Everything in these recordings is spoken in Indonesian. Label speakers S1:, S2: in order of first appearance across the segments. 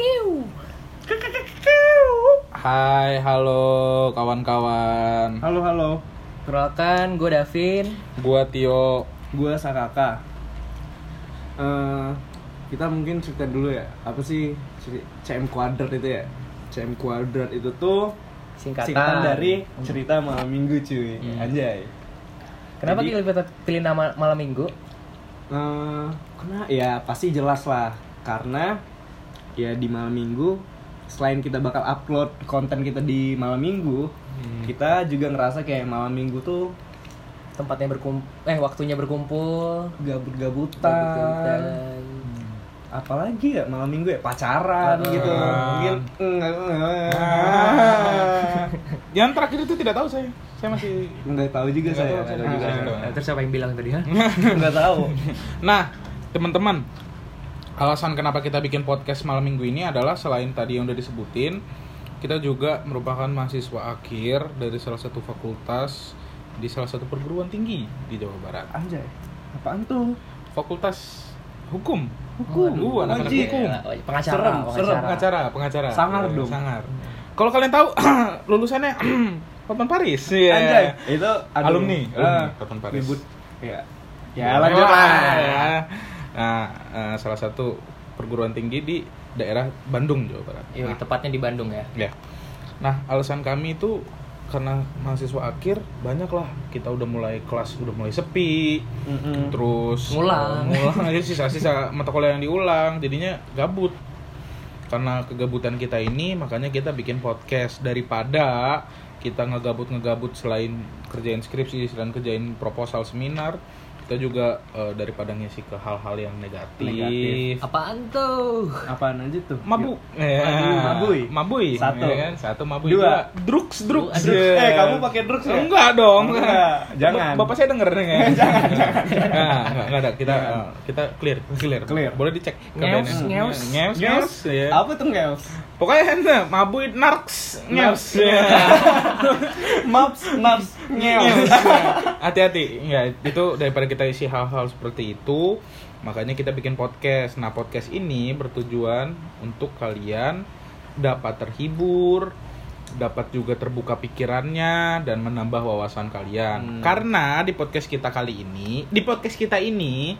S1: Kiu.
S2: Hai, halo kawan-kawan.
S3: Halo halo,
S1: Perkenalkan, gue Davin.
S2: Gua Tio.
S3: gue Sakaka. Eh, kita mungkin cerita dulu ya, apa sih ceri- CM Quadrat itu ya? CM Quadrat itu tuh
S1: Singkatan.
S3: dari cerita malam minggu cuy, anjay.
S1: Kenapa
S3: Jadi-
S1: pilih, pilih nama malam minggu?
S3: Eh, kena ya pasti jelas lah, karena ya di malam minggu selain kita bakal upload konten kita di malam minggu, kita juga ngerasa kayak malam minggu tuh
S1: Tempatnya berkumpul, eh waktunya berkumpul.
S3: gabut-gabutan. apalagi ya malam minggu ya pacaran
S1: Pacaran.
S3: gitu mungkin Ah.
S2: Yang terakhir itu tidak tahu saya. Saya masih
S3: nggak tahu
S2: Nggak
S3: juga saya
S2: tahu, saya
S1: Nah,
S2: juga.
S1: nah, terus siapa yang bilang tadi? Hah?
S3: nggak tahu
S2: Nah, teman-teman, alasan kenapa kita bikin podcast malam minggu ini adalah selain tadi yang udah disebutin, kita juga merupakan mahasiswa akhir dari salah satu fakultas di salah satu perguruan tinggi di Jawa Barat.
S3: anjay apaan tuh
S2: Fakultas Hukum.
S3: Hukum.
S2: Uh, anak-anak
S3: Wajib.
S2: hukum.
S1: Eh, Pengacara,
S3: Serem,
S1: pengacara.
S3: serem,
S2: Pengacara, pengacara.
S3: Nah, Sangar
S2: Eh,
S3: dong.
S2: Sangar. Kalau kalian tahu lulusannya Hotman Paris. Iya.
S3: anjay itu aduh.
S2: Alumni, alumni,
S3: Ah,
S2: Cotton Paris. Iya.
S3: ribut ya
S2: Wah,
S3: ya lanjut lah
S2: ya. Nah, eh, salah satu perguruan tinggi di daerah Bandung, Jawa Barat.
S3: Iya,
S1: Yoi,
S2: Nah,
S1: tepatnya di Bandung ya.
S2: ya. Nah, alasan kami itu karena mahasiswa akhir banyak lah kita udah mulai kelas udah mulai sepi
S3: Mm-mm.
S2: terus
S1: Ngulang.
S2: eh, ngulang jadi sisa-sisa mata kuliah yang diulang jadinya gabut karena kegabutan kita ini makanya kita bikin podcast daripada kita ngegabut ngegabut selain kerjain skripsi selain kerjain proposal seminar kita juga eh, daripada ngisi ke hal-hal yang negatif,
S3: Negatif.
S1: Apaan tuh?
S3: apaan aja tuh
S2: mabuk
S3: Mabui, mabui.
S2: Eh, mabui
S3: Satu.
S2: ya kan? satu mabui
S3: Dua.
S2: dua, drugs drugs
S3: Drugs.
S2: Yeah.
S3: Eh, kamu pakai drugs ya?
S2: enggak dong
S3: Enggak. Jangan.
S2: Bap- bapak saya denger nih jangan jangan nah, enggak, enggak ada kita eh, kita clear clear
S3: Clear.
S2: boleh dicek
S1: Ngeus,
S2: keadaannya.
S1: ngeus.
S2: ngeus ngeus
S3: Ngeus? iya.
S2: ya.
S3: apa tuh ngeus
S2: pokoknya nah, mabui narks ngeus ya.
S3: maps maps ngeus
S2: Ngeus. hati-hati ya itu daripada kita isi hal-hal seperti itu makanya kita bikin podcast nah podcast ini bertujuan untuk kalian dapat terhibur dapat juga terbuka pikirannya dan menambah wawasan kalian
S3: Hmm.
S2: karena di podcast kita kali ini di podcast kita ini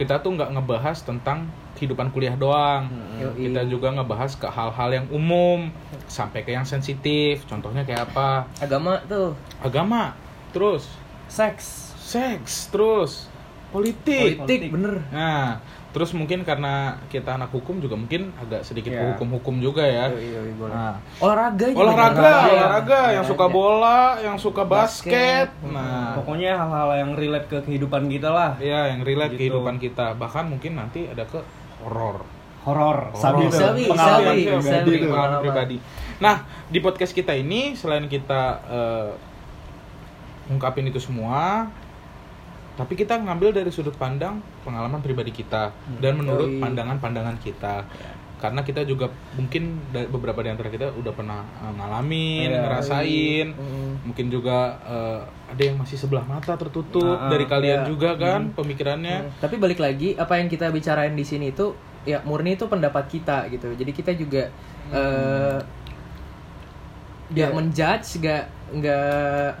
S2: kita tuh nggak ngebahas tentang kehidupan kuliah doang
S1: Yoi.
S2: kita juga ngebahas ke hal-hal yang umum sampai ke yang sensitif contohnya kayak apa
S1: Agama tuh.
S2: agama terus
S3: seks
S2: seks terus politik.
S3: Politik.
S1: bener.
S2: Nah, terus mungkin karena kita anak hukum juga mungkin agak sedikit
S3: Iya.
S2: hukum-hukum juga ya. Nah,
S1: Olahraga juga.
S2: olahraga,
S1: Iya.
S2: olahraga
S1: Olahraga.
S2: yang suka bola, yang suka basket.
S1: Basket.
S2: Nah,
S3: pokoknya hal-hal yang relate ke kehidupan kita lah
S2: ya yang relate
S3: Gitu.
S2: kehidupan kita. Bahkan mungkin nanti ada ke horor.
S3: horor sabi
S2: Horor.
S3: tuh.
S1: Sabi,
S3: pengalaman
S1: sabi, sabi.
S3: pribadi tuh.
S2: pengalaman
S1: Pengalaman.
S2: pribadi. Nah, di podcast kita ini selain kita eh, ungkapin itu semua, tapi kita ngambil dari sudut pandang pengalaman pribadi kita
S3: Hmm.
S2: dan menurut
S1: Yoi.
S2: pandangan-pandangan kita.
S3: Ya.
S2: Karena kita juga mungkin da- beberapa di antara kita udah pernah eh, ngalamin,
S3: Iya.
S2: ngerasain.
S3: Hmm.
S1: Mm.
S2: Mungkin juga eh, ada yang masih sebelah mata tertutup
S3: Ah, ah,
S2: dari kalian
S3: iya.
S2: juga kan pemikirannya.
S1: Hmm, Tapi balik lagi apa yang kita bicarain di sini itu ya murni itu pendapat kita gitu. Jadi kita juga eh nggak menjudge, nggak nggak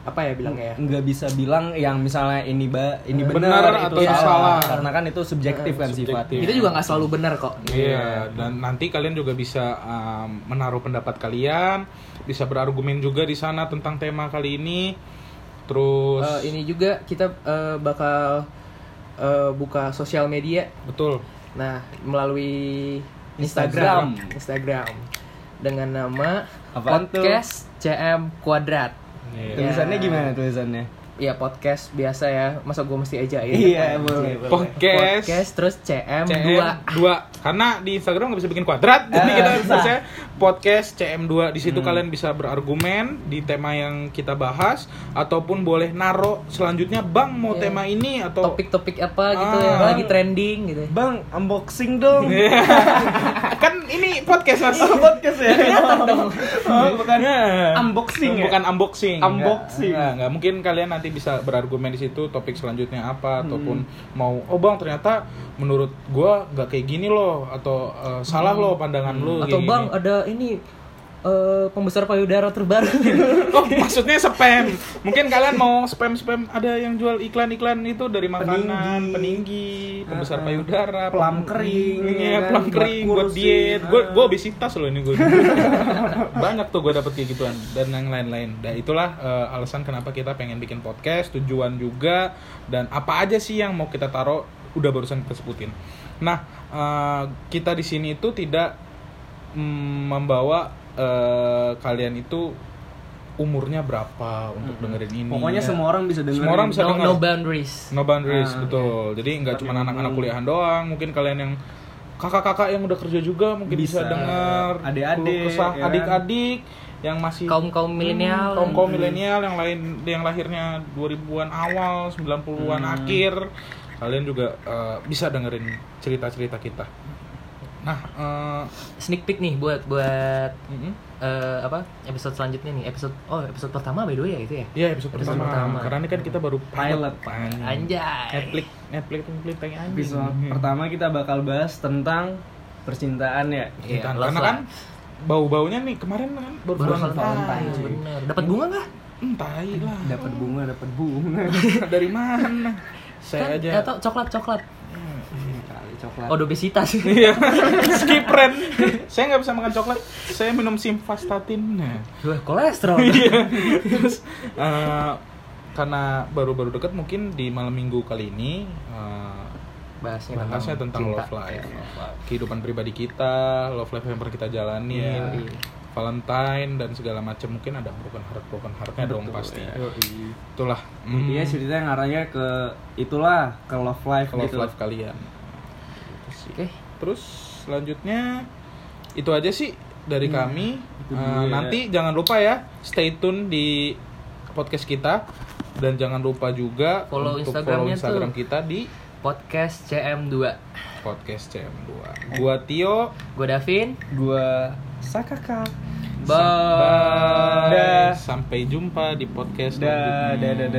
S1: apa ya bilangnya ya.
S3: nggak bisa bilang yang misalnya ini ba ini
S2: Benar
S3: benar,
S2: atau
S3: itu
S2: salah.
S3: salah. karena kan itu subjektif kan
S2: Subjektif.
S3: sifatnya
S1: Kita juga nggak selalu benar kok.
S2: Iya, dan nanti kalian juga bisa um, menaruh pendapat kalian, bisa berargumen juga di sana tentang tema kali ini. Terus
S1: Eh, ini juga kita eh, bakal eh, buka sosial media.
S2: betul.
S1: Nah, melalui Instagram,
S3: Instagram.
S1: Instagram dengan nama
S3: Apaan tuh?
S1: podcast CM Kuadrat.
S2: Iya.
S3: tulisannya
S1: Ya.
S3: gimana tulisannya
S1: Iya podcast biasa ya, masa gue mesti aja
S2: Iya,
S1: ya.
S3: Iya,
S2: Podcast,
S1: Podcast terus CM,
S2: CM
S1: 2
S2: 2. Karena di Instagram nggak bisa bikin kuadrat, jadi
S3: Eh,
S2: kita
S3: susah.
S2: bisa podcast CM2. Di situ kalian bisa berargumen di tema yang kita bahas ataupun boleh naro selanjutnya Bang mau
S1: Iya.
S2: tema ini atau
S1: topik-topik apa gitu
S2: Ah.
S1: ya. yang lagi trending gitu.
S2: Iya.
S3: bang unboxing dong
S2: kan ini ini podcast mas
S3: podcast
S2: Iya,
S3: ya Oh, bukan
S2: Nah.
S3: unboxing ya?
S2: bukan unboxing
S3: Unboxing.
S2: Nggak, nggak. mungkin kalian nanti bisa berargumen di situ topik selanjutnya apa ataupun
S3: Hmm.
S2: mau oh bang ternyata menurut gua nggak kayak gini loh atau eh, salah
S3: Hmm.
S2: loh pandangan lu kayak
S1: Atau
S2: gini.
S1: bang ada ini eh, pembesar payudara terbaru.
S2: oh maksudnya spam mungkin kalian mau spam spam ada yang jual iklan iklan itu dari makanan peninggi
S3: Peninggi.
S2: pembesar
S3: Uh-uh.
S2: payudara pem-
S3: Plum kering,
S2: Iya,
S3: ya kan,
S2: plum
S3: buat
S2: kering buat,
S3: kurus,
S2: diet
S3: uh-uh.
S2: gue obesitas loh ini gue banyak tuh gue dapet kayak gituan dan yang lain-lain dan itulah eh, alasan kenapa kita pengen bikin podcast tujuan juga dan apa aja sih yang mau kita taruh udah barusan kita sebutin nah eh, kita di sini itu tidak mm, membawa eh, kalian itu umurnya berapa untuk dengerin ini
S3: pokoknya
S2: Ya.
S3: semua orang bisa dengerin
S2: Semua orang bisa
S1: no,
S2: dengar.
S1: no boundaries.
S2: No boundaries,
S3: Ah,
S2: betul. Jadi nggak
S3: Tapi
S2: cuma
S3: emang-
S2: anak-anak kuliahan doang, mungkin kalian yang kakak-kakak yang udah kerja juga mungkin bisa,
S3: Bisa.
S2: dengar.
S3: Adik-adik,
S2: keluh kesah
S3: ya kan?
S2: adik-adik yang masih
S1: Kaum kaum milenial.
S2: kaum kaum milenial yang lain yang lahirnya 2000-an awal, 90-an
S3: Hmm.
S2: akhir. Kalian juga eh, bisa dengerin cerita-cerita kita. Nah, eh,
S1: Sneak peek nih buat buat
S2: mm-mm.
S1: eh, apa episode selanjutnya nih episode oh episode pertama by the way ya itu ya.
S2: Iya episode,
S1: Episode
S2: pertama.
S1: pertama.
S2: Karena ini kan kita baru
S3: Pilot.
S2: Anjing. Iya.
S1: Anjay.
S2: Hmm. Netflix, Netflix, Netflix pengen anjing.
S3: Episode pertama kita bakal bahas tentang percintaan ya.
S1: Iya,
S2: Kan,
S1: love
S2: karena
S1: lah.
S2: kan bau-baunya nih kemarin kan baru
S1: baru
S2: bulan
S1: Valentine.
S3: Valentine.
S1: Bener. Dapat bunga nggak?
S2: Entai Hmm, lah.
S3: Dapat bunga, dapat bunga.
S2: Dari mana?
S1: Kan,
S2: Saya aja. Nah.
S1: atau coklat coklat.
S3: Kali coklat.
S1: Oh obesitas.
S2: Iya. Skip Ren. Saya nggak bisa makan coklat. Saya minum simvastatin. Nah.
S1: Wah kolesterol.
S2: Iya. Terus eh, karena baru-baru deket mungkin di malam minggu kali ini eh,
S1: Bahasnya
S2: bahasnya tentang love life. Kehidupan pribadi kita, love life yang pernah kita jalani,
S3: Iya.
S2: Valentine dan segala macam mungkin ada broken heart broken heartnya iya dong pasti.
S3: ya. Yoi.
S2: Itulah. mm,
S3: Iya cerita yang arahnya ke itulah ke love life
S2: ke mm, love
S3: gitu.
S2: life kalian.
S1: Oke.
S2: Terus selanjutnya itu aja sih dari kami.
S3: Hmm, itu
S2: Eh,
S3: dulu ya.
S2: nanti jangan lupa ya stay tune di podcast kita dan jangan lupa juga
S1: Follow
S2: untuk follow
S1: Instagramnya
S2: Instagram
S1: tuh.
S2: kita di
S1: Podcast CM2.
S2: podcast
S3: Eh.
S2: CM2. Gua Tio.
S1: Gue Davin.
S3: Gua Sakaka.
S1: Bye.
S2: Bye.
S3: Dah.
S2: Sampai jumpa di podcast
S3: Dah,
S2: selanjutnya.
S3: dah, dah, dah.